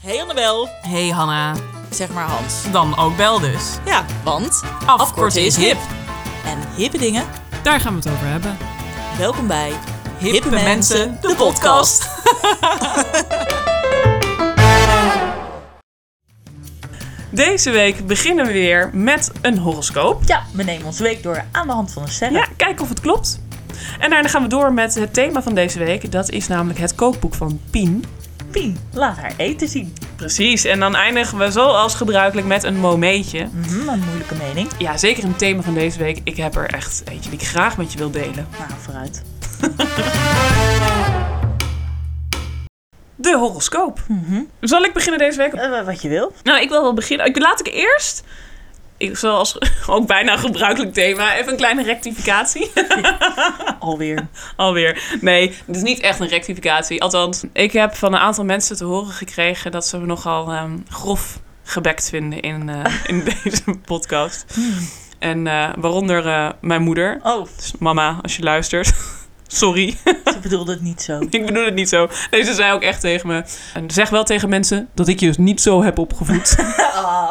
Hey Annabel. Hey Hanna, Zeg maar Hans. dan ook bel dus. Ja, want Afkorten is hip. En hippe dingen. Daar gaan we het over hebben. Welkom bij Hippe, Mensen, de Deze week beginnen we weer met een horoscoop. Ja, we nemen ons week door aan de hand van de sterren. Ja, kijk of het klopt. En daarna gaan we door met het thema van deze week. Dat is namelijk het kookboek van Pien. Pien, laat haar eten zien. Precies, en dan eindigen we zoals gebruikelijk met een momentje. Mhm, een moeilijke mening. Mm. Ja, zeker een thema van deze week. Ik heb er echt eentje die ik graag met je wil delen. Nou, vooruit. De horoscoop. Mhm. Zal ik beginnen deze week? Eh, wat je wil. Nou, ik wil wel beginnen. Ik, laat ik eerst, ik, zoals ook bijna gebruikelijk thema, even een kleine rectificatie. Alweer. Alweer. Nee, het is niet echt een rectificatie. Althans, ik heb van een aantal mensen te horen gekregen dat ze me nogal ehm, grof gebekt vinden in, eh, in deze podcast. En eh, waaronder eh, mijn moeder. Oh, Dus mama, als je luistert. Sorry, ze bedoelde het niet zo. ik bedoel het niet zo. Deze zei ook echt tegen me. En zeg wel tegen mensen dat ik je dus niet zo heb opgevoed. Ah.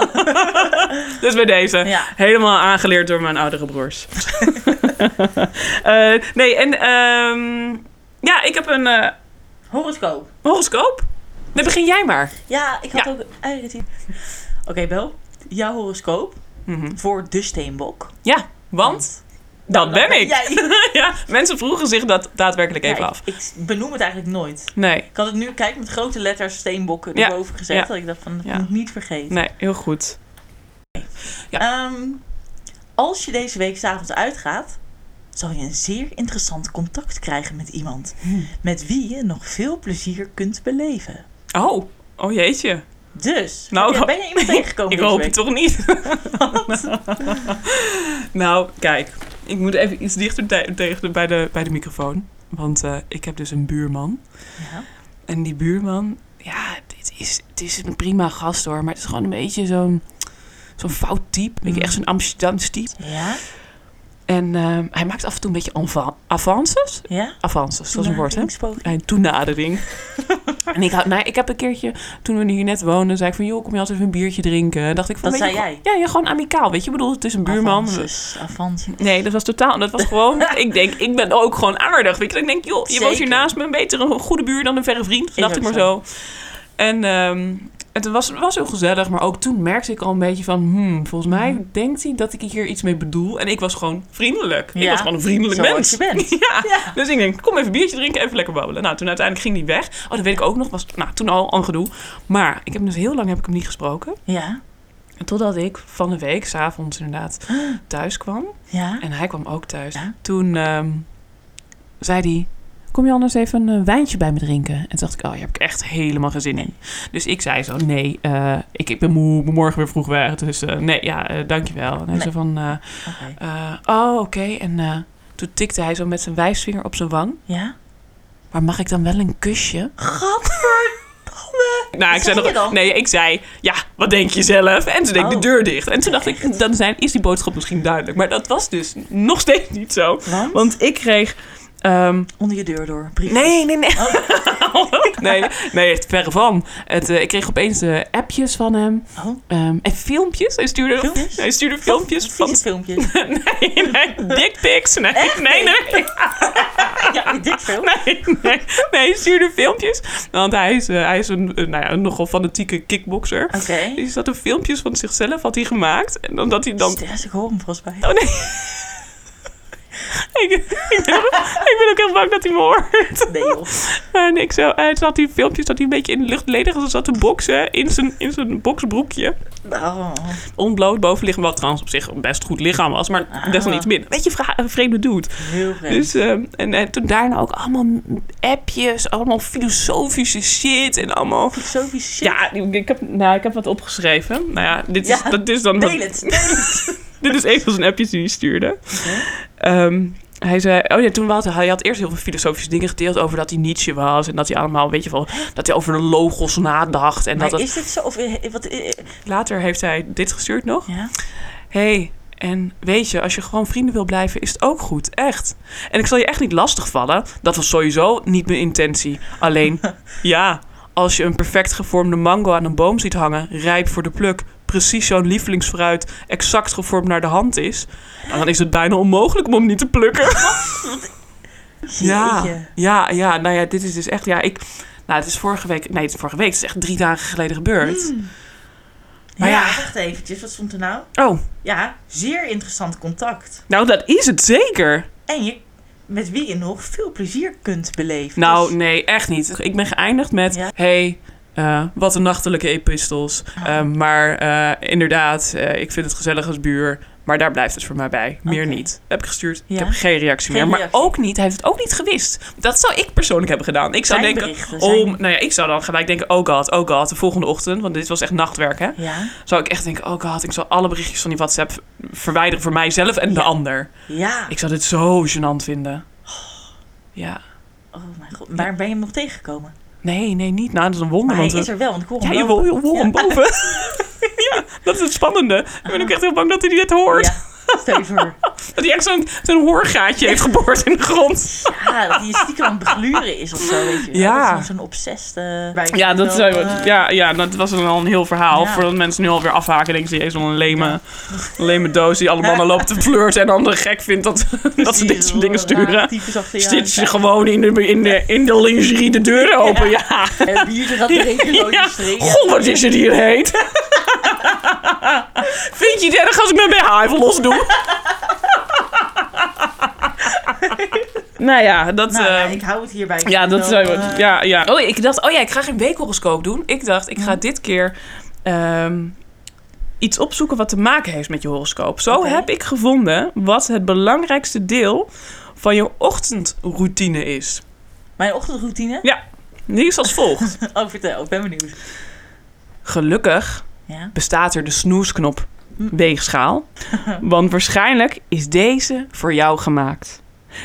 dus bij deze. Ja. Helemaal aangeleerd door mijn oudere broers. Eh, nee, en ehm, ja, ik heb een, eh, Horoscoop. Horoscoop? Dan begin jij maar. Ja, ik had Ja. ook eigenlijk het idee- Oké, Bel. Jouw horoscoop voor de steenbok. Mhm. Ja, want dat ben ik. Ja, ik- Ja, mensen vroegen zich dat daadwerkelijk even ja, af. Ik, ik benoem het eigenlijk nooit. Nee, Ik had het nu, kijk, met grote letters steenbokken Ja, erboven gezet. ja. Dat ik dacht van, dat Ja. moet ik niet vergeten. nee, heel goed. Ehm, als je deze week s'avonds uitgaat, zal je een zeer interessant contact krijgen met iemand. Hmm. Met wie je nog veel plezier kunt beleven. Oh, oh jeetje. Dus, Nou, heb je- ben ik je iemand tegengekomen Ik deze hoop week? het toch niet. nou, kijk. Ik moet even iets dichter te- tegen de- bij, de, bij de microfoon. Want eh, ik heb dus een buurman. Ja. En die buurman, ja, dit is, het is een prima gast hoor. Maar het is gewoon een beetje zo'n zo'n fout type. Weet je, Mm. Echt zo'n Amsterdams type. Ja? En ehm, hij maakt af en toe een beetje ava- avances. Ja? Avances, dat is een woord, hè? Toenaderingspooging. Een toenadering. en ik, had, nou, ik heb een keertje, toen we hier net woonden, zei ik van... joh, kom je altijd even een biertje drinken? En dacht ik van, Dat weet zei je, jij? Ja, ja, gewoon amicaal, weet je? Ik bedoel, het is een buurman. Avances, avances. Nee, dat was totaal... Dat was gewoon... ik denk, ik ben ook gewoon aardig, weet je? Ik denk, joh, je woont hier Zeker. naast me. Een betere, een goede buur dan een verre vriend. Is dacht ik ook maar zo. zo. En... ehm, het was, was heel gezellig, maar ook toen merkte ik al een beetje van... Hmm, volgens mij Mhm. denkt hij dat ik hier iets mee bedoel. En ik was gewoon vriendelijk. Ik Ja, was gewoon een vriendelijk zoals mens. je bent. Ja. Ja. Dus ik denk, kom even biertje drinken, even lekker babbelen. Nou, toen uiteindelijk ging die weg. Oh, dat weet ik ook nog. Was, nou, toen al een gedoe. Maar ik heb hem dus heel lang heb ik hem niet gesproken. Ja? En totdat ik van de week, s'avonds inderdaad, Ah. thuis kwam. Ja? En hij kwam ook thuis. Ja. Toen ehm, zei hij, kom je anders even een eh, wijntje bij me drinken? En toen dacht ik, oh, hier heb ik echt helemaal geen zin in. Dus ik zei zo, nee, eh, ik, ik ben moe, ik moet morgen weer vroeg weg. Dus eh, nee, ja, eh, dankjewel. En hij Nee. zei van, eh, Oké. eh, oh, oké. En eh, toen tikte hij zo met zijn wijsvinger op zijn wang. Ja? Maar mag ik dan wel een kusje? Gadverdamme! Nou, ik zei zei je nog, dan? nee, ik zei, ja, wat denk je zelf? En toen deed ik de Oh. deur dicht. En toen dacht ik, dan zijn, is die boodschap misschien duidelijk. Maar dat was dus nog steeds niet zo. Want? Want ik kreeg... ehm, Onder je deur door. Brief. nee, nee, nee. nee, nee, echt verre van. Het, eh, ik kreeg opeens eh, appjes van hem. Oh, ehm, en filmpjes. Hij stuurde Filmpjes? Hij stuurde filmpjes vieze van... filmpjes. Nee, nee, dickpics. Nee, nee, nee. ja, dik film. Nee, nee, nee, hij stuurde filmpjes. Want hij is, eh, hij is een, een, nou ja, een nogal fanatieke kickboxer. Oké. Dus dat er filmpjes van zichzelf had hij gemaakt. En dan dat hij dan... Stress, ik hoor hem volgens mij. Oh nee. ik, ik, ben, ook- ik ben ook heel bang dat hij me hoort. Nee joh. En ik zo... eh, Hij zat die filmpjes dat hij een beetje in de lucht ledig was. zat te boksen in zijn, in zijn boksbroekje. Oh. Onbloot bovenlichaam. Wat trouwens op zich een best goed lichaam was. Maar Ah. desalniettemin. Weet je, vra- een vreemde dude. Heel vreemd. Dus, ehm, en, en toen daarna ook allemaal appjes, allemaal filosofische shit en allemaal... Filosofisch shit. Ja, ik ik heb, nou, ik heb wat opgeschreven. Nou ja, dit is, Ja, dat is dan... wat- Deel het, deel het. dit is een van zijn appjes die hij stuurde. Ehm, hij zei... Oh ja, toen had hij had eerst heel veel filosofische dingen gedeeld over dat hij Nietzsche was. En dat hij allemaal, weet je wel, dat hij over de logos nadacht. En dat Maar het, is dit zo? Of, eh, wat, eh, eh, later heeft hij dit gestuurd nog. ja? hey, en weet je, als je gewoon vrienden wil blijven, is het ook goed. Echt. En ik zal je echt niet lastigvallen. Dat was sowieso niet mijn intentie. Alleen, ja, Als je een perfect gevormde mango aan een boom ziet hangen, rijp voor de pluk, precies zo'n lievelingsfruit, exact gevormd naar de hand is, nou, dan is het bijna onmogelijk om hem niet te plukken. Ja, Jeetje. ja, ja, nou ja, dit is dus echt, ja, ik, nou, het is vorige week, nee, het is vorige week, het is echt drie dagen geleden gebeurd. Maar ja, ja. wacht eventjes. Wat stond er nou? Oh, Ja, zeer interessant contact. nou, dat is het zeker. En je, met wie je nog veel plezier kunt beleven. Nou, Dus- nee, echt niet. Ik ben geëindigd met: Ja. hey, eh, wat een nachtelijke epistels. Ah. Eh, maar eh, inderdaad, eh, ik vind het gezellig als buur. Maar daar blijft het voor mij bij. Meer Oké. niet. Heb ik gestuurd. Ik Ja. heb geen reactie Geen meer. reactie. Maar ook niet. Hij heeft het ook niet gewist. Dat zou ik persoonlijk hebben gedaan. Ik zou Zijn denken. berichten, zijn- Om, nou ja, ik zou dan gelijk denken, oh god, oh god, de volgende ochtend, want dit was echt nachtwerk, hè? Ja, Zou ik echt denken, oh god, ik zal alle berichtjes van die WhatsApp verwijderen voor mijzelf en de Ja. ander. ja. Ik zou dit zo gênant vinden. Ja. Oh mijn god, maar ben je hem nog tegengekomen? Nee, nee, niet. Nou, dat is een wonder. Maar hij want is we- er wel, want ik hoor Ja, hem je lopen. hoor je hoor hem boven. ja, dat is het spannende. Ik ben ook echt heel bang dat hij dit hoort. Ja, stel je voor. Dat hij echt zo'n zo'n hoorgaatje heeft geboord in de grond. Ja, dat die stiekem aan het begluren is of zo, weet je wel. Ja. Dat is Zo'n obsessed... eh, waar je Ja, wel, dat, zou- eh, ja, ja, dat was dan al een heel verhaal. Ja. Voordat mensen nu alweer afhaken, denken ze, jezus, wel een leme, een leme doos die allemaal dan loopt te flirten en anderen gek vindt dat, dat ze die dit soort dingen raar sturen. types achter je Zit ze aan. gewoon in de, in, de, in de lingerie de deuren open, ja. En biertje gaat drinken, nooit Ja. ja. streken. Goh, wat is het hier heet. Vind je het erg als ik mijn BH even los doe? nou ja, dat... Nou, ja, ehm, ik eh, hou het hierbij. ja, dat zou zou ja, ja. Mhm. Oh, ik dacht, oh ja, ik ga geen weekhoroscoop doen. Ik dacht, ik ga dit keer ehm, iets opzoeken wat te maken heeft met je horoscoop. Zo Oké. heb ik gevonden wat het belangrijkste deel van je ochtendroutine is. Mijn ochtendroutine? Die is als volgt. Oh, vertel, ik ben benieuwd. Gelukkig Ja. bestaat er de snoesknop Hm. weegschaal. Want waarschijnlijk is deze voor jou gemaakt.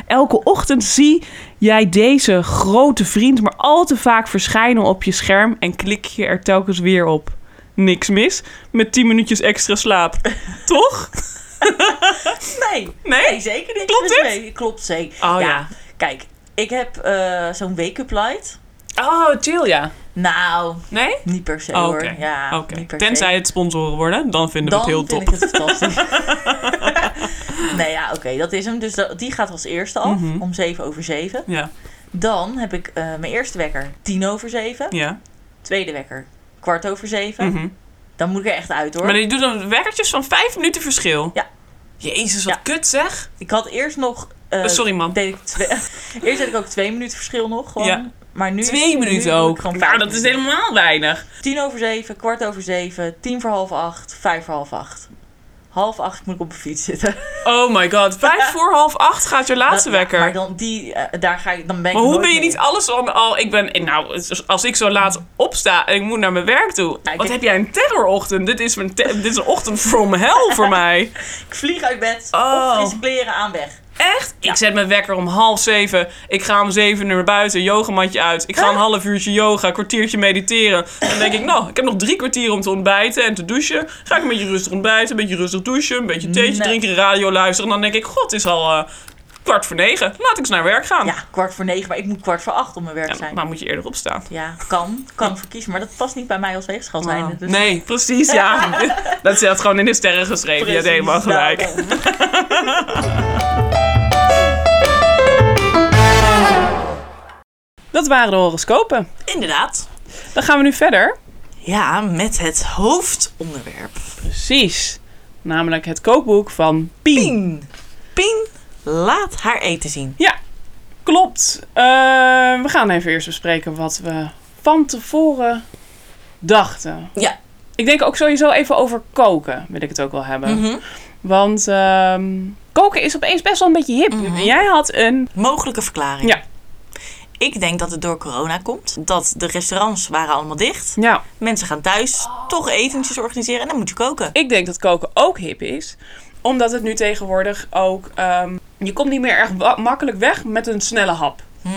Elke ochtend zie jij deze grote vriend maar al te vaak verschijnen op je scherm en klik je er telkens weer op. Niks mis met 10 minuutjes extra slaap. Toch? Nee, Nee? nee, zeker niet. Klopt het? Klopt zeker. Oh ja. Kijk, ik heb eh, zo'n wake-up light. Oh, chill ja. Nou. Nee? Niet per se Oh, hoor. oké. Ja, Oké. niet per se. Tenzij het sponsoren worden, dan vinden we Dan het heel vind top. ik het fantastisch. nee, ja, oké, dat is hem. Dus dat- die gaat als eerste af, Mhm. om 7 over 7. Ja, Dan heb ik eh, mijn eerste wekker 10 over 7. ja. Tweede wekker kwart over 7. Mhm. Dan moet ik er echt uit hoor. Maar die doet dan wekkertjes van 5 minuten verschil. Ja. Jezus, wat Ja. kut zeg. Ik had eerst nog... eh, Eh, Sorry, man. deed ik twee- eerst had ik ook twee minuten verschil nog gewoon. Ja. Maar nu, Twee nu minuten doe ik ook. gewoon Nou, vijf dat is minuten. helemaal weinig. Tien over zeven, kwart over zeven, tien voor half acht, vijf voor half acht. Half acht moet ik op mijn fiets zitten. Oh my god. Vijf voor half acht gaat je laatste Dat- ja, wekker. Maar Maar, dan, die, eh, daar ga ik, dan ben ik hoe nooit ben je meer. niet alles om al... Ik ben... eh, Nou, het is- als ik zo laat opsta en ik moet naar mijn werk toe. Kijk, Wat ik- heb jij een terrorochtend? Dit is, mijn te- dit is een ochtend from hell voor mij. Ik vlieg uit bed, Oh. op frisse kleren aan weg. Echt? Ik zet mijn wekker om half zeven. Ik ga om zeven uur naar buiten, yogamatje uit. Ik ga een half uurtje yoga, kwartiertje mediteren. Dan denk ik, nou, ik heb nog drie kwartier om te ontbijten en te douchen. Ga ik een beetje rustig ontbijten, een beetje rustig douchen, een beetje theetje Nee. drinken, radio luisteren. En dan denk ik, god, het is al eh, kwart voor negen. Laat ik eens naar werk gaan. Ja, kwart voor negen, maar ik moet kwart voor acht op mijn werk Ja, zijn. maar moet je eerder opstaan. Ja, kan. Kan verkiezen, maar dat past niet bij mij als weegschaal zijn. Dus Oh. Nee, precies, ja. Dat staat gewoon in de sterren geschreven. Je precies, nou, hebt helemaal gelijk. dus daarom. Dat waren de horoscopen. Inderdaad. Dan gaan we nu verder. Ja, met het hoofdonderwerp. Precies. Namelijk het kookboek van Pien. Pien. Pien laat haar eten zien. Klopt. Eh, we gaan even eerst bespreken wat we van tevoren dachten. Ja. Ik denk ook sowieso even over koken wil ik het ook wel hebben. Mhm. Want ehm, koken is opeens best wel een beetje hip. Mhm. Jij had een... Mogelijke verklaring. Ja. Ik denk dat het door corona komt. Dat de restaurants waren allemaal dicht. Ja, Mensen gaan thuis toch etentjes organiseren en dan moet je koken. ik denk dat koken ook hip is. Omdat het nu tegenwoordig ook... ehm, je komt niet meer erg wa- makkelijk weg met een snelle hap. Hm?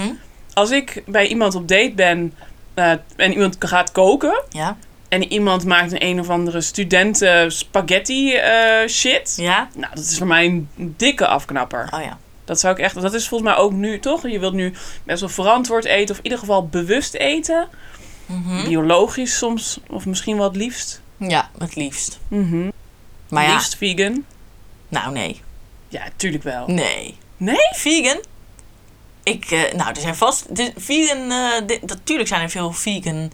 Als ik bij iemand op date ben eh, en iemand gaat koken... Ja. En iemand maakt een een of andere studenten spaghetti eh, shit. Ja? Nou, dat is voor mij een dikke afknapper. Oh ja. Dat zou ik echt. Dat is volgens mij ook nu toch? Je wilt nu best wel verantwoord eten of in ieder geval bewust eten. Mhm. Biologisch soms, of misschien wel het liefst. Ja, het liefst. Mhm. Maar ja, Liefst vegan. nou nee. Ja, tuurlijk wel. Nee. Oh. Nee? Vegan? Ik, eh, nou, er zijn vast... de- vegan, eh, de- natuurlijk zijn er veel vegan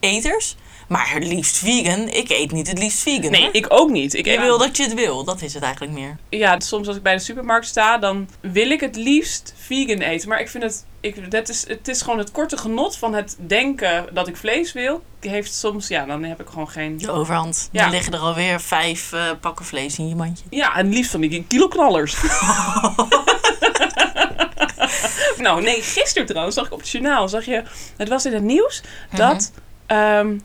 eters. Maar het liefst vegan, ik eet niet het liefst vegan. Nee, hoor. ik ook niet. Ik, Ik eet wil dat je het wil, dat is het eigenlijk meer. Ja, soms als ik bij de supermarkt sta, dan wil ik het liefst vegan eten. Maar ik vind het, ik, dat is, het is gewoon het korte genot van het denken dat ik vlees wil. Heeft soms, ja, dan heb ik gewoon geen... De overhand. Ja. Dan liggen er alweer vijf eh, pakken vlees in je mandje. Ja, en liefst van die kiloknallers. nou, nee, gisteren trouwens zag ik op het journaal, zag je, het was in het nieuws, Mhm. dat ehm,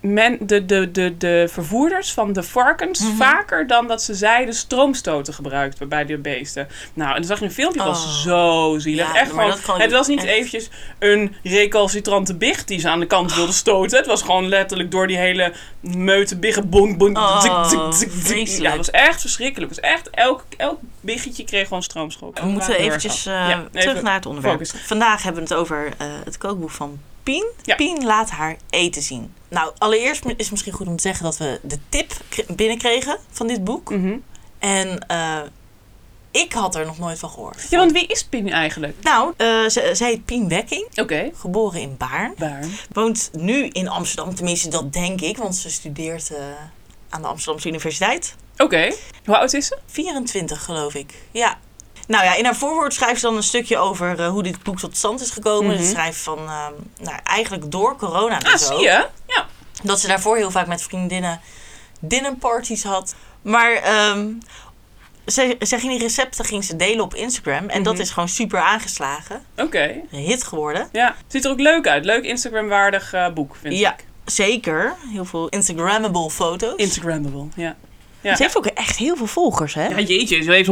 men, de, de, de, de vervoerders van de varkens Mhm. vaker dan dat ze zeiden stroomstoten gebruikt bij de beesten. Nou, en dan zag je een filmpje, het Oh. was zo zielig. Ja, echt maar gewoon, dat kan het niet. was niet Oh, Echt. eventjes een recalcitrante bicht die ze aan de kant Oh. wilde stoten. Het was gewoon letterlijk door die hele meute biggen bonk, bonk, Oh, tik, tik, tik, tik. vreselijk. Ja, het was echt verschrikkelijk. Het was echt, elk, elk biggetje kreeg gewoon stroomschok. We moeten eventjes eh, Oh. Ja, even terug naar het onderwerp. focus. Vandaag hebben we het over eh, het kookboek van Pien. Ja. Pien laat haar eten zien. Nou, allereerst is het misschien goed om te zeggen dat we de tip kri- binnenkregen van dit boek. Mhm. En eh, ik had er nog nooit van gehoord. Ja, want wie is Pin eigenlijk? Nou, eh, ze- zij heet Pien Wekking, Oké. geboren in Baarn. Waar? Woont nu in Amsterdam, tenminste dat denk ik, want ze studeert eh, aan de Amsterdamse Universiteit. Oké. Hoe oud is ze? 24, geloof ik. Ja. Nou ja, in haar voorwoord schrijft ze dan een stukje over eh, hoe dit boek tot stand is gekomen. Mhm. Ze schrijft van, ehm, nou eigenlijk door corona dus Ah, ook. zie je? Ja. Dat ze daarvoor heel vaak met vriendinnen dinnerparties had. Maar ehm, ze, ze ging die recepten ging ze delen op Instagram. En dat Mhm. is gewoon super aangeslagen. Oké. Een hit geworden. Ja. Ziet er ook leuk uit. Leuk Instagram-waardig eh, boek, vind Ja. ik. Zeker. Heel veel Instagrammable foto's. Instagrammable. Ja. ja. Ze heeft ook echt heel veel volgers, hè? Ja, jeetje, ze heeft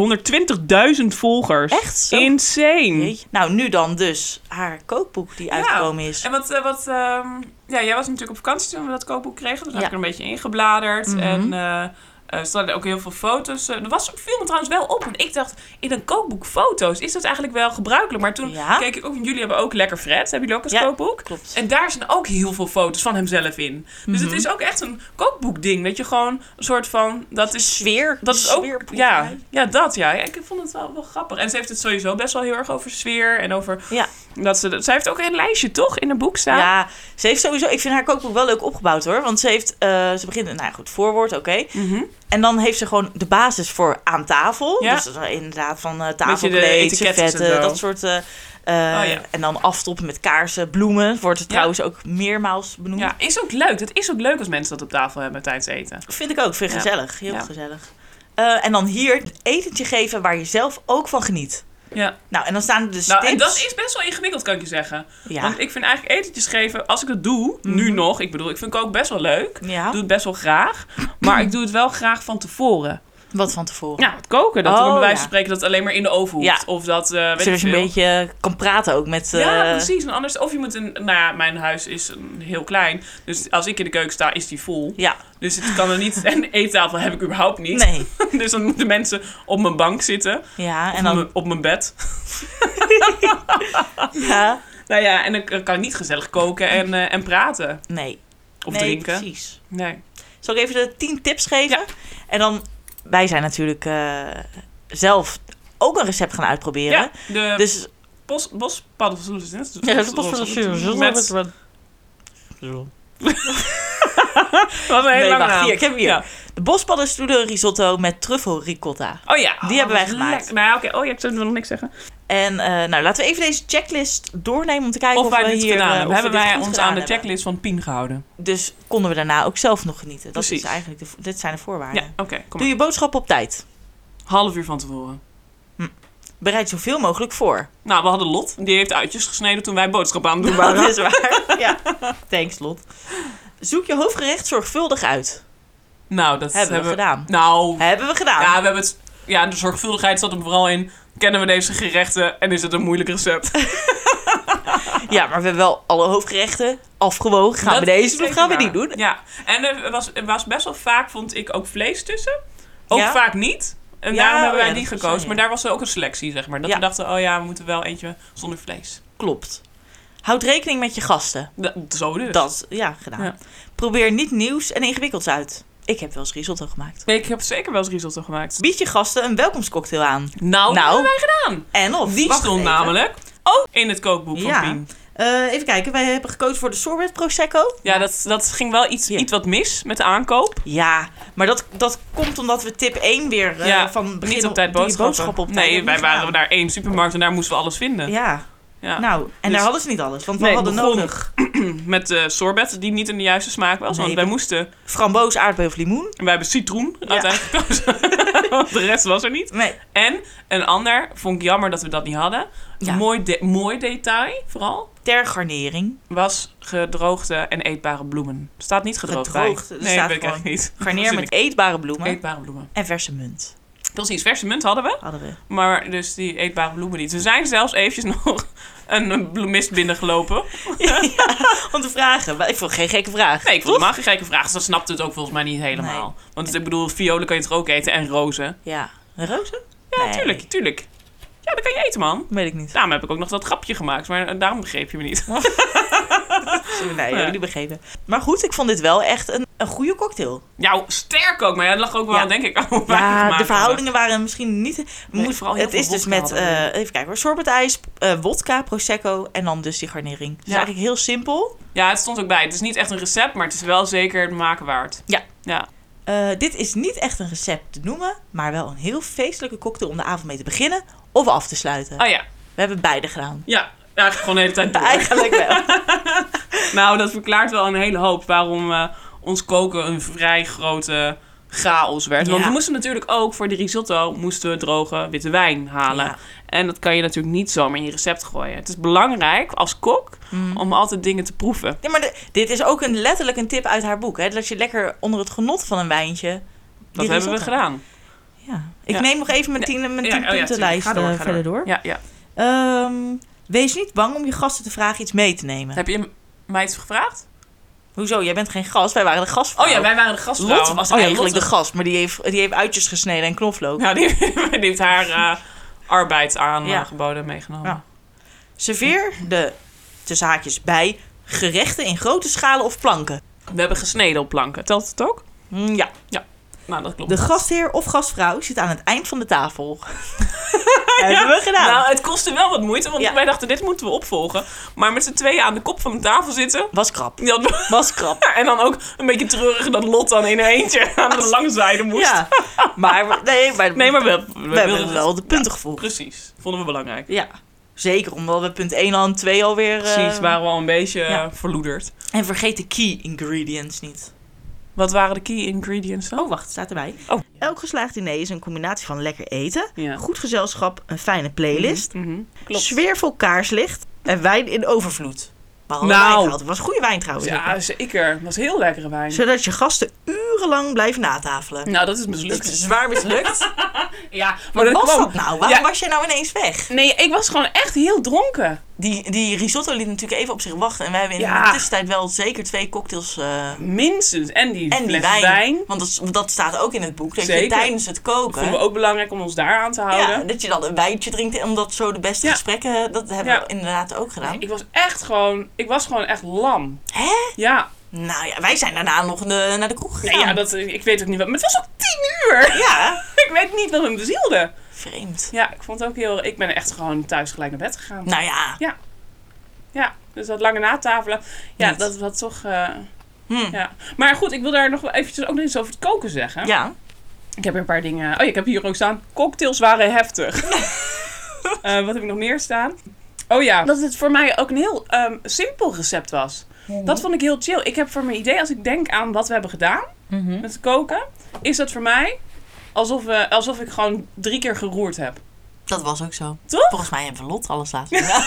120.000 volgers. Echt zo? Insane. Jeetje. Nou, nu dan dus haar kookboek die uitgekomen is. Nou, En wat, eh, wat ehm, ja, jij was natuurlijk op vakantie toen we dat kookboek kregen. Dus Ja. heb ik er een beetje ingebladerd. Mhm. En eh, eh, er staan ook heel veel foto's. Eh, er was, viel me trouwens wel op. Want ik dacht, in een kookboek foto's, is dat eigenlijk wel gebruikelijk? Maar toen Ja. keek ik ook, jullie hebben ook Lekker Fred. Hebben jullie ook als Ja. kookboek? Klopt. En daar zijn ook heel veel foto's van hemzelf in. Dus Mhm. het is ook echt een kookboekding. Dat je gewoon een soort van... Dat is, sfeer. dat is ook... sfeerproeverij. Ja, ja, dat ja. ja. Ik vond het wel, wel grappig. En ze heeft het sowieso best wel heel erg over sfeer. En over... Ja. Dat ze, zij heeft ook een lijstje, toch? In een boek staan. Ja, ze heeft sowieso. Ik vind haar kookboek wel leuk opgebouwd hoor. Want ze heeft. eh, ze begint. Nou ja, goed, voorwoord, oké. Mhm. En dan heeft ze gewoon de basis voor aan tafel. Ja. Dus dat is inderdaad van eh Beetje de tafelkleed, etiketten en servetten, zo. Oh, dat soort. eh, eh, ja. En dan aftoppen met kaarsen, bloemen. Wordt het Ja. trouwens ook meermaals benoemd. Ja, is ook leuk. Het is ook leuk als mensen dat op tafel hebben tijdens eten. Vind ik ook. Vind ik Ja. gezellig. Heel Ja. gezellig. Eh, en dan hier het etentje geven waar je zelf ook van geniet. Ja. Nou, en dan staan er dus Nou, en tips. dat is best wel ingewikkeld, kan ik je zeggen. Ja. Want ik vind eigenlijk etentjes geven, als ik dat doe, nu nog, ik bedoel, ik vind ook best wel leuk. ja. Ik doe het best wel graag, maar ik doe het wel graag van tevoren. Wat van tevoren. Ja, het koken, dat Oh, we bij wijze ja. van spreken dat het alleen maar in de oven hoeft. Ja. Of dat, eh Zodat weet ik je een veel. beetje kan praten ook met. Ja, eh, precies. En anders, of je moet een, nou ja, mijn huis is een, heel klein, dus als ik in de keuken sta, is die vol. Ja, Dus het kan er niet, en een eettafel heb ik überhaupt niet. nee. Dus dan moeten mensen op mijn bank zitten, Ja, en en dan... dan. op, mijn bed. Ja, Nou ja, en dan k- kan ik niet gezellig koken en, eh, en praten. nee. Of nee, drinken. Precies. Nee. Zal ik even de tien tips geven? En dan. Wij zijn natuurlijk eh, zelf ook een recept gaan uitproberen. Ja, de Dus. bos, bospaddenstoelen. Met... Met... Wat een hele Nee, lange wacht, naam. hier, ik heb hem hier. Ja. De bospaddenstoelen risotto met truffelricotta. Oh ja. Die hebben wij dat is gemaakt. lekker. Nou ja, oké. Oh, je hebt er nog niks zeggen. En eh, nou, laten we even deze checklist doornemen om te kijken Of, of, wij we dit hier. gedaan eh, hebben. of we dit Hebben wij goed ons gedaan aan de hebben. checklist van Pien gehouden? Dus konden we daarna ook zelf nog genieten. Dat Precies. is eigenlijk de, dit zijn de voorwaarden. Ja, oké. kom Doe maar. je boodschap op tijd. Half uur van tevoren. Bereid zoveel mogelijk voor. Nou, we hadden Lot. Die heeft uitjes gesneden toen wij boodschappen aan het doen waren. Dat is waar. Ja. Thanks, Lot. Zoek je hoofdgerecht zorgvuldig uit. Nou, dat Hebben we gedaan. Nou, Hebben we gedaan. ja, we hebben het... Ja, de zorgvuldigheid zat hem vooral in. Kennen we deze gerechten en is het een moeilijk recept? Ja, maar we hebben wel alle hoofdgerechten afgewogen. Gaan we Dat deze is doen, zeker gaan we waar. die doen? Ja, en er was, er was best wel vaak, vond ik, ook vlees tussen. Ook Ja. vaak niet. En Ja, daarom oh hebben ja, wij dat die was- gekozen. ja. Maar daar was er ook een selectie, zeg maar. Dat Ja. we dachten, oh ja, we moeten wel eentje zonder vlees. Klopt. Houd rekening met je gasten. Dat- zo dus. Dat, ja, gedaan. Ja. Probeer niet nieuws en ingewikkelds uit. Ik heb wel eens risotto gemaakt. Nee, ik heb zeker wel eens risotto gemaakt. Bied je gasten een welkomstcocktail aan. Nou. Nou, dat hebben wij gedaan. En of... Die wacht stond even. namelijk ook in het kookboek Ja. van Pien. Eh, even kijken, wij hebben gekozen voor de sorbet prosecco. Ja, dat, dat ging wel iets, Ja. iets wat mis met de aankoop. Ja, maar dat, dat komt omdat we tip 1 weer eh, Ja, van begin Niet op doe tijd je boodschappen. op tijd. nee, hebben wij we waren gedaan. naar één supermarkt en daar moesten we alles vinden. Ja, Ja. nou, en daar Dus- hadden ze niet alles, want we Nee, hadden begon- nodig Met eh sorbet die niet in de juiste smaak was. Nee, want wij we- moesten... framboos, aardbei of limoen. En wij hebben citroen uiteindelijk gekozen. Want de rest was er niet. Nee, En een ander, vond ik jammer dat we dat niet hadden. Ja. Mooi, de- mooi detail vooral. ter garnering. Was gedroogde en eetbare bloemen. Staat niet gedroogd, Gedroogd, bij. er Nee, staat dat weet ik gewoon eigenlijk niet. Garneer Verzin met ik. eetbare bloemen eetbare bloemen. en verse munt Precies, verse munt hadden we. hadden we. Maar dus die eetbare bloemen niet. We zijn zelfs eventjes nog een bloemist binnengelopen. Ja, om te vragen. Maar Ik vond geen gekke vraag. Nee, ik vond Toch? helemaal geen gekke vraag. Dus dat snapte het ook volgens mij niet helemaal. Want ik bedoel, violen kan je toch ook eten en rozen? Ja, een rozen? Ja, Nee. tuurlijk, tuurlijk. Ja, dat kan je eten, man. Weet ik niet. Daarom heb ik ook nog dat grapje gemaakt, maar eh, daarom begreep je me niet. Nee, Ja. jullie begrepen. Maar goed, ik vond dit wel echt een, een goede cocktail. Nou, sterk ook, maar ja, dat lag ook wel, Ja. denk ik, aan hoe wij het Ja, gemaakt de verhoudingen waren misschien niet... hadden. Moet- Moet vooral heel het veel is dus wodka met, hadden we. eh, even kijken hoor, sorbetijs, eh wodka, prosecco en dan dus die garnering. Dus Ja. eigenlijk heel simpel. Ja, het stond ook bij. Het is niet echt een recept, maar het is wel zeker het maken waard. Ja. Ja, Eh, dit is niet echt een recept te noemen, maar wel een heel feestelijke cocktail om de avond mee te beginnen of af te sluiten. oh ja. We hebben beide gedaan. Ja, eigenlijk gewoon de hele tijd door. Eigenlijk wel. Nou, dat verklaart wel een hele hoop waarom eh, ons koken een vrij grote chaos werd. Want Ja. we moesten natuurlijk ook voor de risotto moesten we droge witte wijn halen. Ja. En dat kan je natuurlijk niet zomaar in je recept gooien. Het is belangrijk als kok Mhm. om altijd dingen te proeven. Mm. Nee, maar de- dit is ook een, letterlijk een tip uit haar boek. Hè? Dat je lekker onder het genot van een wijntje... Dat die hebben we risotto- gedaan. Ja. Ik Ja. neem nog even mijn tien, mijn Ja, tien oh ja, tuurlijk. puntenlijst Ga door, eh, ga verder door. Ja, ja. Ehm, wees niet bang om je gasten te vragen iets mee te nemen. Heb je mij iets gevraagd? Hoezo? Jij bent geen gast, wij waren de gastvrouw. Oh ja, wij waren de gastvrouw. Nou. Lot Oh was Was eigenlijk de gastvrouw. gast, maar die heeft, die heeft uitjes gesneden en knoflook. Nou, die, die heeft haar eh, arbeid Ja. aangeboden en meegenomen. Ja. Serveer de, tussen haakjes, bij gerechten in grote schalen of planken. We hebben gesneden op planken. Telt het ook? Mm, ja. Nou, dat klopt. De gastheer of gastvrouw zit aan het eind van de tafel. Hebben we gedaan. Nou, het kostte wel wat moeite, want Ja. wij dachten, dit moeten we opvolgen. Maar met z'n tweeën aan de kop van de tafel zitten. Was krap. Dat, Was krap. en dan ook een beetje treurig dat Lot dan in haar eentje aan de langzijde moest. Ja. Maar, we- nee, maar, Nee, maar we, we, we hebben wilden wel het- de punten gevoegd. Precies, vonden we belangrijk. Ja. Zeker, omdat we punt 1 al en 2 alweer... eh, Precies, waren we al een beetje eh, ja. verloederd. En vergeet de key ingredients niet. Wat waren de key ingredients dan? Oh, wacht, staat erbij. Oh. Elk geslaagd diner is een combinatie van lekker eten, Ja. goed gezelschap, een fijne playlist, Mhm. Klopt. sfeervol kaarslicht en wijn in overvloed. Maar hadden Nou. wijn gehaald. Het was goede wijn trouwens. Ja, zeker. Dat was heel lekkere wijn. Zodat je gasten urenlang blijven natafelen. Nou, dat is Dat is mislukt. zwaar mislukt. Ja, Wat maar dat was kwam... dat nou? Waarom Ja. was jij nou ineens weg? Nee, ik was gewoon echt heel dronken. Die, die risotto liet natuurlijk even op zich wachten. En wij hebben in Ja. de tussentijd wel zeker twee cocktails eh, Minstens. En die en die fles wijn. wijn. Want dat, is- dat staat ook in het boek. Dat je Zeker. tijdens het Dat vonden koken... we ook belangrijk om ons daar aan te houden. Ja, dat je dan een wijntje drinkt. Omdat zo de beste Ja. gesprekken... Dat hebben Ja. we inderdaad ook gedaan. Ik was echt gewoon, ik was gewoon echt lam. Hè? Ja, Nou ja, wij zijn daarna nog de- naar de kroeg nee, gegaan. ja dat, eh, ik weet ook niet wat. Maar het was ook tien uur. Ja, ik weet niet wat hem bezielde. vreemd. Ja, ik vond het ook heel, ik ben echt gewoon thuis gelijk naar bed gegaan. Nou ja, Ja, dus dat lange natafelen. Ja, Niet. dat was toch, eh, Hm. ja. Maar goed, ik wil daar nog wel eventjes ook nog iets over het koken zeggen. ja. Ik heb hier een paar dingen. Oh, ja, ik heb hier ook staan. Cocktails waren heftig. Eh, wat heb ik nog meer staan? Oh ja, dat het voor mij ook een heel ehm, simpel recept was. Dat vond ik heel chill. Ik heb voor mijn idee, als ik denk aan wat we hebben gedaan met koken, is dat voor mij alsof, we, alsof ik gewoon drie keer geroerd heb. dat was ook zo. Toch? Volgens mij hebben we Lot alles laten doen. Ja.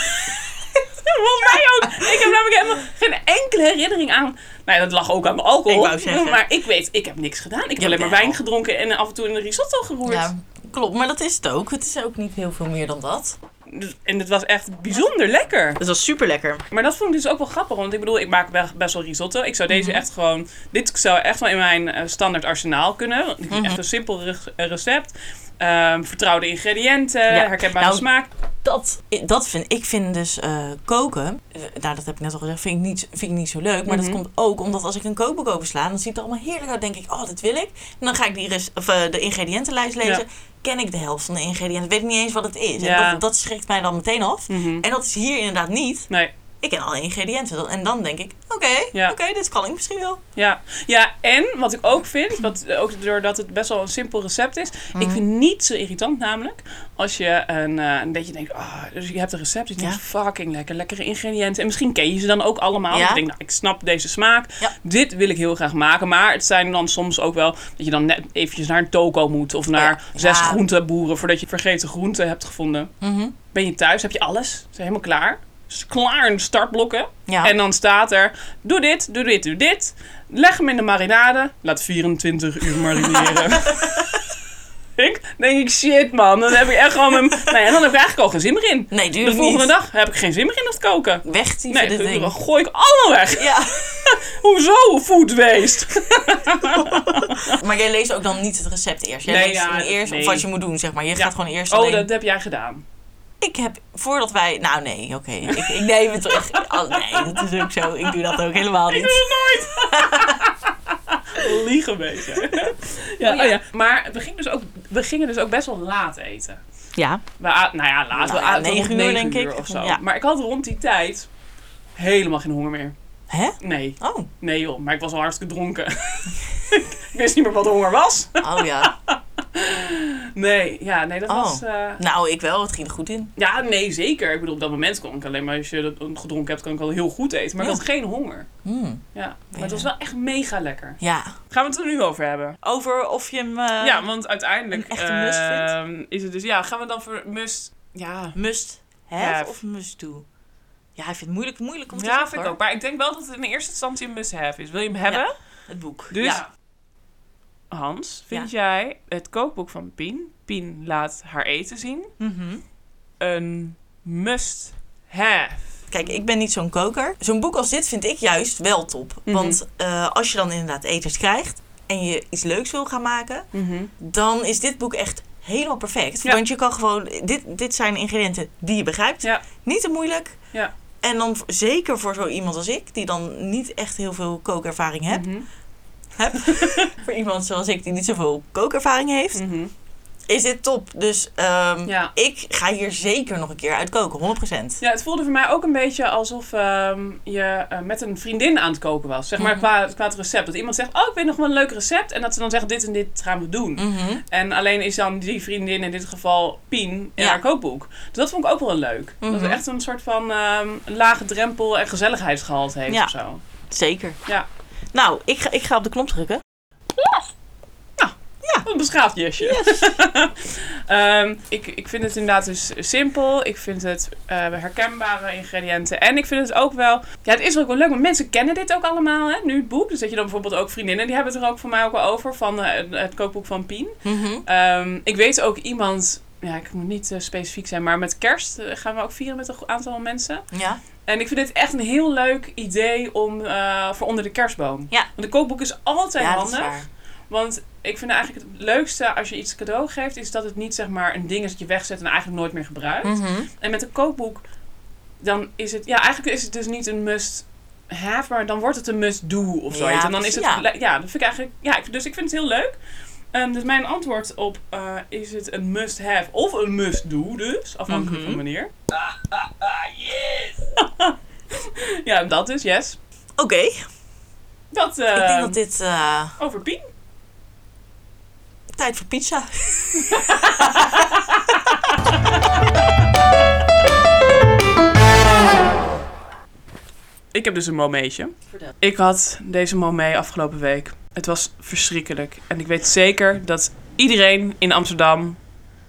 Volgens mij ook. Ik heb namelijk helemaal geen enkele herinnering aan. Nou, ja, dat lag ook aan mijn alcohol. Ik wou zeggen. Maar ik weet, ik heb niks gedaan. Ik heb alleen maar Jawel. wijn gedronken en af en toe in een risotto geroerd. Ja, klopt. Maar dat is het ook. Het is ook niet heel veel meer dan dat. Dus- En het was echt bijzonder lekker. Dat was super lekker. Maar dat vond ik dus ook wel grappig. Want ik bedoel, ik maak be- best wel risotto. Ik zou deze Mhm. echt gewoon... Mhm. Dit zou echt wel in mijn eh, standaard arsenaal kunnen. want Het is echt een simpel re- eh, recept. ehm, vertrouwde ingrediënten, Ja. herkenbare Nou, smaak. Dat, dat vind ik, vind dus eh, koken, eh, nou dat heb ik net al gezegd, vind ik niet, vind ik niet zo leuk. Maar Mhm. dat komt ook omdat als ik een kookboek opensla, dan ziet het er allemaal heerlijk uit. denk ik, oh dat wil ik. En dan ga ik die res- of, eh, de ingrediëntenlijst lezen, Ja. ken ik de helft van de ingrediënten, weet ik niet eens wat het is. Ja. En dat, dat schrikt mij dan meteen af. Mhm. En dat is hier inderdaad niet. Nee, Ik ken alle ingrediënten. En dan denk ik, oké, Ja. oké, dit kan ik misschien wel. ja. Ja, en wat ik ook vind, wat, eh, ook doordat het best wel een simpel recept is. Mhm. Ik vind het niet zo irritant namelijk als je een, eh, een beetje denkt, ah, dus je hebt een recept, dus je denkt, fucking lekker, lekkere ingrediënten. En misschien ken je ze dan ook allemaal. Ja. Dus je denkt, nou, ik snap deze smaak, Ja. dit wil ik heel graag maken. Maar het zijn dan soms ook wel dat je dan net eventjes naar een toko moet of naar Ja. zes Ja. groenteboeren voordat je vergeten groenten hebt gevonden. ben je thuis, heb je alles, is helemaal klaar. Is klaar in de startblokken. Ja. En dan staat er, doe dit, doe dit, doe dit. Leg hem in de marinade. Laat 24 uur marineren. ik denk ik, shit man, dan heb ik echt gewoon mijn... Nee, en dan heb ik eigenlijk al geen zin meer in. Nee, De duurlijk volgende niet. dag heb ik geen zin meer in om te koken. Weg die Nee, dit ding. dan gooi ik allemaal weg. Ja, Hoezo food waste? maar jij leest ook dan niet het recept eerst. Jij Nee, leest ja, gewoon eerst nee. of wat je moet doen, zeg maar. Je gaat gewoon eerst Oh, alleen- dat heb jij gedaan. Ik heb, voordat wij... Nou nee, oké, ik, ik neem het terug. Oh, nee, dat is ook zo. Ik doe dat ook helemaal Ik doe niet. het nooit. Liegen beetje. ja, oh ja. Maar we gingen, dus ook, we gingen dus ook best wel laat eten. Ja. We a- nou ja, laat. Nou we ja, aten negen om uur, negen denk ik. of zo. Ja. Maar ik had rond die tijd helemaal geen honger meer. Hè? Nee, Oh, nee joh. Maar ik was al hartstikke dronken. ik wist niet meer wat honger was. oh ja. Nee, ja, nee, dat Oh. was... eh, Nou, ik wel. Het ging er goed in. ja, nee, zeker. Ik bedoel, op dat moment kon ik alleen maar... Als je dat gedronken hebt, kan ik al heel goed eten. Maar ik Ja. had geen honger. Hmm, Ja, maar het was wel echt mega lekker. Ja. Gaan we het er nu over hebben? Over of je hem... eh, Ja, want uiteindelijk een echte must ehm, is het dus... Ja, gaan we dan voor must... Ja, Must have Have. of must do? Ja, ik vind het moeilijk, moeilijk om te ja zeggen, vind ik hoor. ook. Maar ik denk wel dat het in eerste instantie een must-have is. Wil je hem hebben? Het boek. Dus, Ja. Hans, vind jij het kookboek van Pien... Pien laat haar eten zien... Mhm. een must-have? Kijk, ik ben niet zo'n koker. Zo'n boek als dit vind ik juist wel top. Mhm. Want eh, als je dan inderdaad eters krijgt en je iets leuks wil gaan maken, Mhm. dan is dit boek echt helemaal perfect. Ja. Want je kan gewoon, dit, dit zijn ingrediënten die je begrijpt. Ja. Niet te moeilijk. Ja. En dan v- zeker voor zo iemand als ik, die dan niet echt heel veel kookervaring heb. Mhm. Voor iemand zoals ik, die niet zoveel kookervaring heeft, Mhm. is dit top. Dus ehm, Ja. ik ga hier zeker nog een keer uit koken, 100%. Ja, het voelde voor mij ook een beetje alsof ehm, je eh, met een vriendin aan het koken was. Zeg maar qua, qua het recept. Dat iemand zegt, oh, ik weet nog wel een leuk recept. En dat ze dan zegt, dit en dit gaan we doen. Mhm. En alleen is dan die vriendin, in dit geval Pien, in Ja. haar kookboek. Dus dat vond ik ook wel leuk. Dat Mhm. het echt een soort van ehm, lage drempel en gezelligheidsgehalte heeft Ja. of zo. Zeker. Ja. Nou, ik ga, ik ga op de knop drukken. Een beschaafd jasje. Ehm, ik, ik vind het inderdaad dus simpel. Ik vind het eh, herkenbare ingrediënten. En ik vind het ook wel... Ja, het is ook wel leuk, want mensen kennen dit ook allemaal, hè, nu het boek. Dus dat je dan bijvoorbeeld ook vriendinnen, die hebben het er ook voor mij ook wel over, van eh, het- het kookboek van Pien. Mhm. Ehm, ik weet ook iemand, ja, ik moet niet eh, specifiek zijn, maar met kerst eh, gaan we ook vieren met een go- aantal mensen. Ja. En ik vind dit echt een heel leuk idee om, eh, voor onder de kerstboom. Ja. Want een kookboek is altijd ja, dat is handig. waar. Want ik vind eigenlijk het leukste als je iets cadeau geeft, is dat het niet zeg maar een ding is dat je wegzet en eigenlijk nooit meer gebruikt. Mhm. En met een kookboek, dan is het, ja, eigenlijk is het dus niet een must have, maar dan wordt het een must do of Ja, zoiets. en dan is het, precies, ja, dat vind ik eigenlijk, ja, ik- dus ik vind het heel leuk. Ehm, dus mijn antwoord op eh, is het een must have of een must do dus, afhankelijk Mhm. van wanneer. yes! ja, dat is yes. Oké, Dat, ik denk eh, dat dit eh, over Pien. tijd voor pizza. Ik heb dus een momeetje. Vertel. Ik had deze momee afgelopen week. Het was verschrikkelijk. En ik weet zeker dat iedereen in Amsterdam...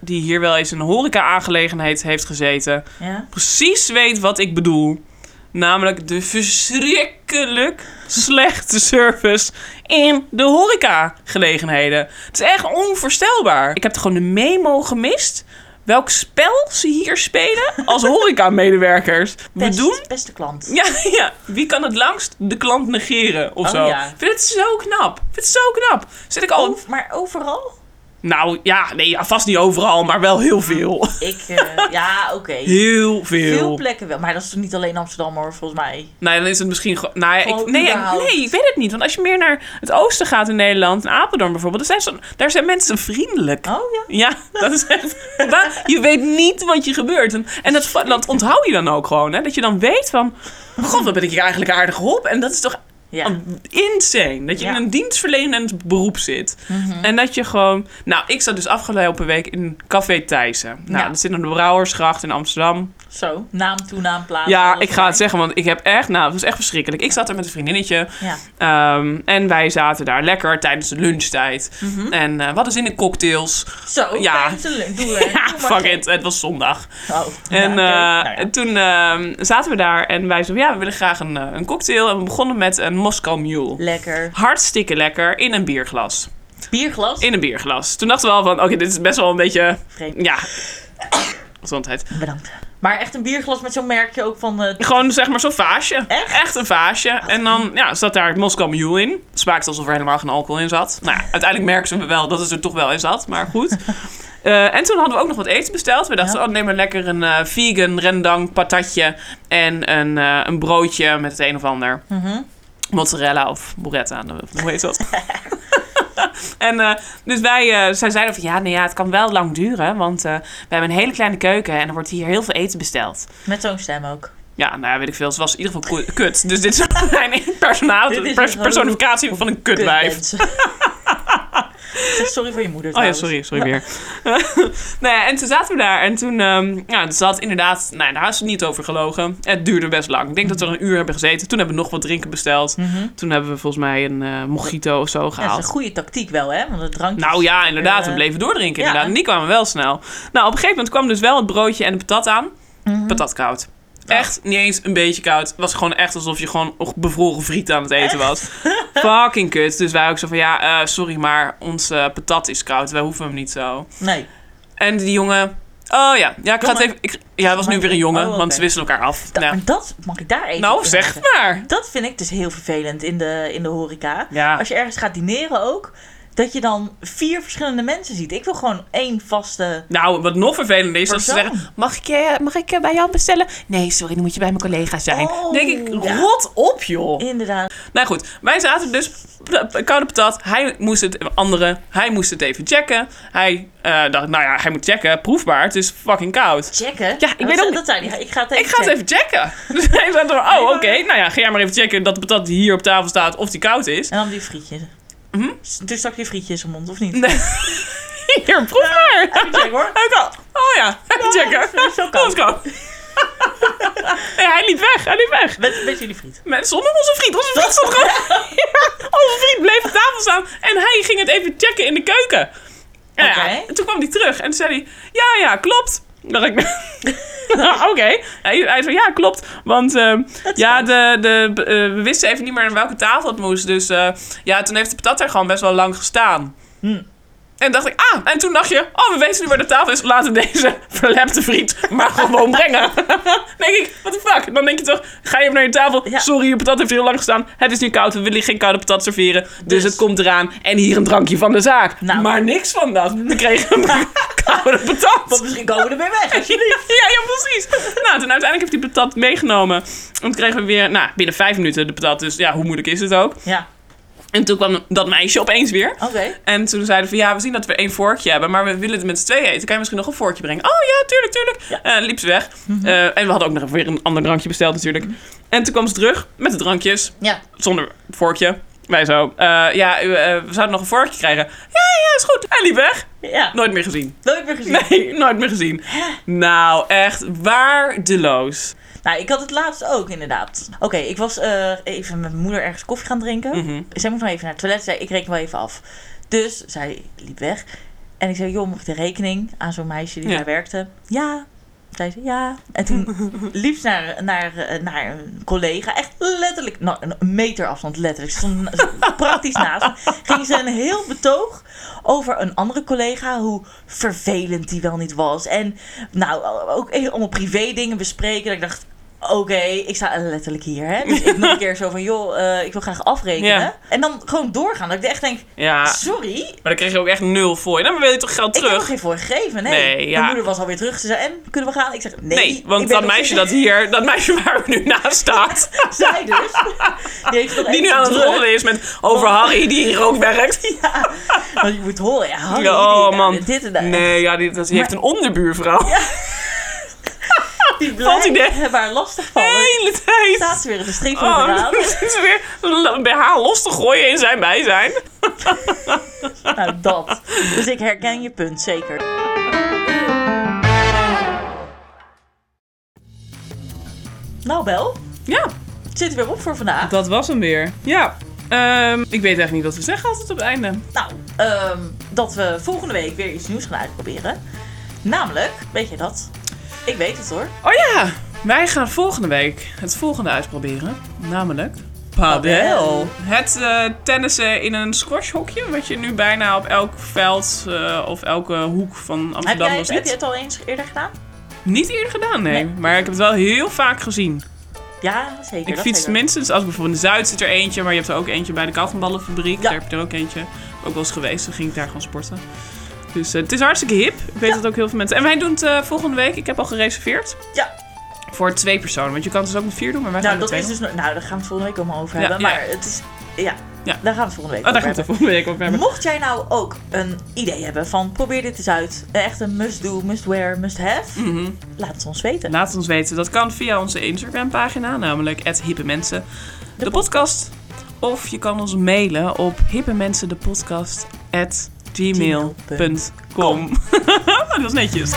die hier wel eens in een horeca-aangelegenheid heeft gezeten... Ja. precies weet wat ik bedoel. Namelijk de verschrikkelijk slechte service in de horeca-gelegenheden. Het is echt onvoorstelbaar. Ik heb gewoon de memo gemist... welk spel ze hier spelen als horeca-medewerkers. We Best- doen Beste klant. ja, ja, wie kan het langst de klant negeren of Oh, zo? ja. Ik vind het zo knap. Ik vind het zo knap. Zit ik al... Over- maar overal? Nou ja, nee, ja, vast niet overal, maar wel Ah. heel veel. Ik, eh, ja, oké. Heel veel. Veel plekken wel. Maar dat is toch niet alleen Amsterdam hoor, volgens mij. Nee, dan is het misschien gewoon. Nou, ja, ik, Gewoon nee, ik, überhaupt. nee, ik weet het niet. Want als je meer naar het oosten gaat in Nederland, in Apeldoorn bijvoorbeeld, dan zijn ze- daar zijn mensen vriendelijk. Oh ja. Ja, dat is echt. Waar- je weet niet wat je gebeurt. En, en dat, va- dat onthoud je dan ook gewoon. Hè? Dat je dan weet van. God, wat ben ik hier eigenlijk aardig op? En dat is toch Ja. Oh, insane. Dat je Ja. Mhm. in een dienstverlenend beroep zit. En dat je gewoon. Nou, ik zat dus afgelopen week in Café Thijssen. Nou, Ja. dat zit aan de Brouwersgracht in Amsterdam. Zo. Naam, toenaam, plaats. Ja, alles ik ga het erbij. zeggen, want ik heb echt, nou, het was echt verschrikkelijk. Ik zat er met een vriendinnetje Ja. ehm, en wij zaten daar lekker tijdens de lunchtijd. Mhm. En eh, we hadden zin in cocktails. Zo. Ja. Ja. Doe er. Doe Ja, maar fuck geen- it, het was zondag. Oh, ja, En oké. eh, Nou ja. en toen ehm, zaten we daar en wij zo, ja, we willen graag een, eh, een cocktail. En we begonnen met een Moscow Mule. Lekker. Hartstikke lekker in een bierglas. Bierglas. In een bierglas. Toen dachten we al van, oké, dit is best wel een beetje, Vreemd. ja, gezondheid. Bedankt. Maar echt een bierglas met zo'n merkje ook van... eh, Gewoon zeg maar zo'n vaasje. Echt? een vaasje. En dan ja, zat daar het Moskou Mule in. Het smaakte alsof er helemaal geen alcohol in zat. Nou, ja, uiteindelijk merkten we wel dat het er toch wel in zat. Maar goed. Eh, en toen hadden we ook nog wat eten besteld. We dachten, Ja. oh, neem maar lekker een eh, vegan rendang patatje. En een, eh, een broodje met het een of ander. mhm. Mozzarella of burrata, hoe heet dat? en eh, dus wij, eh, zij zeiden van ja, nou ja, het kan wel lang duren. Want eh, we hebben een hele kleine keuken en er wordt hier heel veel eten besteld. Met zo'n stem ook. Ja, nou ja, weet ik veel. Ze was in ieder geval ko- kut. Dus dit is mijn personaal, Dit is pers- een personificatie van een kutwijf. Kutmens. Zeg sorry voor je moeder Oh ja, trouwens. sorry, sorry weer. nou ja, en toen zaten we daar en toen, ehm ja, ze had inderdaad, nou, daar is het niet over gelogen. Het duurde best lang. Ik denk dat we er een uur hebben gezeten. Toen hebben we nog wat drinken besteld. Mhm. Toen hebben we volgens mij een eh mojito of zo Ja, dat gehaald. is een goede tactiek wel, hè? Want het drankje... Nou ja, inderdaad. Eh, We bleven doordrinken. ja. Inderdaad. En die kwamen wel snel. Nou, op een gegeven moment kwam dus wel het broodje en de patat aan. Mhm. Patat koud. Echt niet eens een beetje koud. Het was gewoon echt alsof je gewoon bevroren friet aan het eten was. Fucking kut. Dus wij ook zo van, ja, eh, sorry, maar onze patat is koud. Wij hoeven hem niet zo. Nee. En die jongen... Oh ja, ja ik ga het even... Ik, ja, het was nu weer een jongen, Oh, oké. want ze wisselen elkaar af. Da- Ja. maar dat mag ik daar even Nou, op zeg inhaken. het maar. Dat vind ik dus heel vervelend in de, in de horeca. Ja, Als je ergens gaat dineren ook, dat je dan vier verschillende mensen ziet. Ik wil gewoon één vaste... Nou, wat nog vervelender is, dat ze Persoon. zeggen... Mag ik, eh, mag ik eh, bij jou bestellen? Nee, sorry, dan moet je bij mijn collega zijn. Oh, denk ik, ja. rot op, joh. Inderdaad. Nou goed, wij zaten dus... p- p- Koude patat, hij moest het... Andere, hij moest het even checken. Hij eh, dacht, nou ja, hij moet checken. Proefbaar, het is fucking koud. Checken. Ja, ik dat, weet ook niet- Dat zei hij. Ik ga het even Ik ga het checken. even checken. Dus hij zei dan, oh, oké. Nou ja, ga jij maar even checken dat de patat die hier op tafel staat... of die koud is. En dan die frietjes. Mhm. S- Toen stak je frietje in zijn mond, of niet? Nee. Hier, proef maar. Even checken, hoor. Hij kan. Oh ja, even checken. dat is zo Dat koud. is koud. Nee, hij liep weg, hij liep weg. Met, met jullie friet. Met, zonder onze vriend. Onze vriend zat gewoon... Ja, onze vriend bleef op tafel staan. En hij ging het even checken in de keuken. Ja, Oké. ja. En toen kwam hij terug. En toen zei hij... Ja, ja, klopt. Dan dacht ik... nou, Oké. Hij, hij zei, ja, klopt. Want eh, ja, de, de, eh, we wisten even niet meer aan welke tafel het moest. Dus eh, ja, toen heeft de patat daar gewoon best wel lang gestaan. Hm. En dacht ik, ah, en toen dacht je, oh, we weten nu waar de tafel is. Laten we deze verlepte vriend maar gewoon brengen. denk ik, what the fuck? Dan denk je toch, ga je hem naar je tafel. Ja. Sorry, je patat heeft heel lang gestaan. Het is nu koud, we willen geen koude patat serveren. Dus, Dus. het komt eraan. En hier een drankje van de zaak. Nou. Maar niks van dat. We kregen een koude Want patat. misschien komen we ermee weg, alsjeblieft. Ja, ja, precies. Nou, toen uiteindelijk heeft hij patat meegenomen. En kregen we weer, nou, binnen vijf minuten de patat. Dus ja, hoe moeilijk is het ook? Ja, En toen kwam dat meisje opeens weer. oké. En toen zeiden we van ja, we zien dat we één vorkje hebben, maar we willen het met z'n tweeën eten. Kan je misschien nog een vorkje brengen? Oh ja, tuurlijk, tuurlijk. Eh liep ze weg. Mhm. Eh, en we hadden ook nog weer een ander drankje besteld natuurlijk. En toen kwam ze terug met de drankjes, Ja. zonder vorkje. Wij zo, eh, ja, u, eh, we zouden nog een vorkje krijgen. Ja, ja, is goed. En liep weg. Ja, Nooit meer gezien. nooit meer gezien. Nee, nooit meer gezien. Nou, echt waardeloos. Nou, ik had het laatst ook inderdaad. Oké, ik was eh, even met mijn moeder ergens koffie gaan drinken. Mhm. Zij moet nog even naar het toilet. Zei, ik reken wel even af. Dus zij liep weg. En ik zei, joh, mag ik de rekening aan zo'n meisje die Ja. daar werkte? Ja. Zei ze, ja. En toen liep ze naar, naar, eh, naar een collega. Echt letterlijk, nou, een meter afstand letterlijk. Ze stond na- ze- praktisch naast me. Ging ze een heel betoog over een andere collega. Hoe vervelend die wel niet was. En nou, ook allemaal privé dingen bespreken. Dat ik dacht, oké, ik sta letterlijk hier. Hè? Dus ik nog een keer zo van, joh, eh, ik wil graag afrekenen. Ja. En dan gewoon doorgaan. Dat ik echt denk, Ja, sorry, maar dan kreeg je ook echt nul voor je. Nou, maar wil je toch geld ik heb nog terug? geen voor gegeven. Nee, Nee, ja. mijn moeder was alweer terug. Ze zei, en, kunnen we gaan? Ik zeg, nee. Nee, want ik ben dat nog meisje dat steeds- hier, dat meisje waar we nu naast staat, Zij dus. Die, heeft nog die nu extra aan het druk. rollen is met over Harry die hier ook werkt. Want je moet horen, ja, Harry, Ja, die- nou, oh, man. dit en dat. Nee, ja, die, dat, die heeft een onderbuurvrouw. Die Valt hij blijft hebben haar lastig de vallen. hele tijd. Staat ze weer in de streep van de Oh, raam. dan zit ze weer een BH los te gooien in zijn bijzijn. Nou, dat. Dus ik herken je punt, zeker. Nou, Bel, Ja, het zit er weer op voor vandaag. dat was hem weer. Ja, ehm, ik weet eigenlijk niet wat we zeggen altijd op het einde. Nou, ehm, dat we volgende week weer iets nieuws gaan uitproberen. Namelijk, weet je dat? Ik weet het hoor. Oh ja, wij gaan volgende week het volgende uitproberen. Namelijk... Padel. Padel. Het eh, tennissen in een squashhokje, wat je nu bijna op elk veld eh, of elke hoek van Heb Amsterdam jij, nog heb je ziet. het al eens eerder gedaan? Niet eerder gedaan, nee. Nee. Maar ik heb het wel heel vaak gezien. Ja, zeker. Ik dat fiets zeker. minstens, als ik bijvoorbeeld in Zuid zit er eentje, maar je hebt er ook eentje bij de Kalkenballenfabriek. Ja. Daar heb je er ook eentje. Ook wel eens geweest, dan ging ik daar gewoon sporten. Dus eh, het is hartstikke hip. Ik weet dat ook heel veel mensen. En wij doen het eh, volgende week. Ik heb al gereserveerd. Ja. Voor twee personen. Want je kan het dus ook met vier doen, maar wij Nou, gaan met dat twee. is dus, nog- nou, daar gaan we het volgende week allemaal over Ja, hebben. ja. Maar het is, ja, Ja. daar gaan we het volgende week Oh, over daar gaan we hebben. het volgende week over hebben. Mocht jij nou ook een idee hebben van probeer dit eens uit, echt een must-do, must-wear, must-have, Mhm. laat het ons weten. Laat het ons weten. Dat kan via onze Instagram-pagina, namelijk hippe mensen. De podcast. Of je kan ons mailen op hippemensendepodcast@gmail.com. Dat was netjes.